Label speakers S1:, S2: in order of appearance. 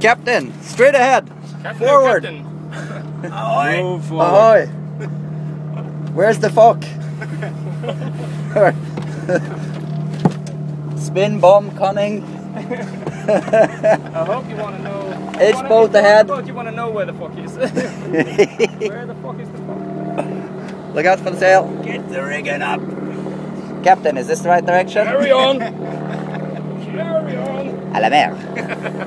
S1: Captain, straight ahead.
S2: Captain,
S1: Forward.
S2: Captain.
S3: Ahoy!
S4: Move forward.
S1: Ahoy! Where's the fuck? Spin bomb cunning.
S2: I hope you want to know.
S1: It's
S2: wanna-
S1: both
S2: if you're on
S1: ahead.
S2: the boat, You want to know where the fuck is. where the fuck is the fuck?
S1: Look out for the sail.
S3: Get the rigging up!
S1: Captain, is this the right direction?
S2: Carry on. Carry on.
S1: À la mer.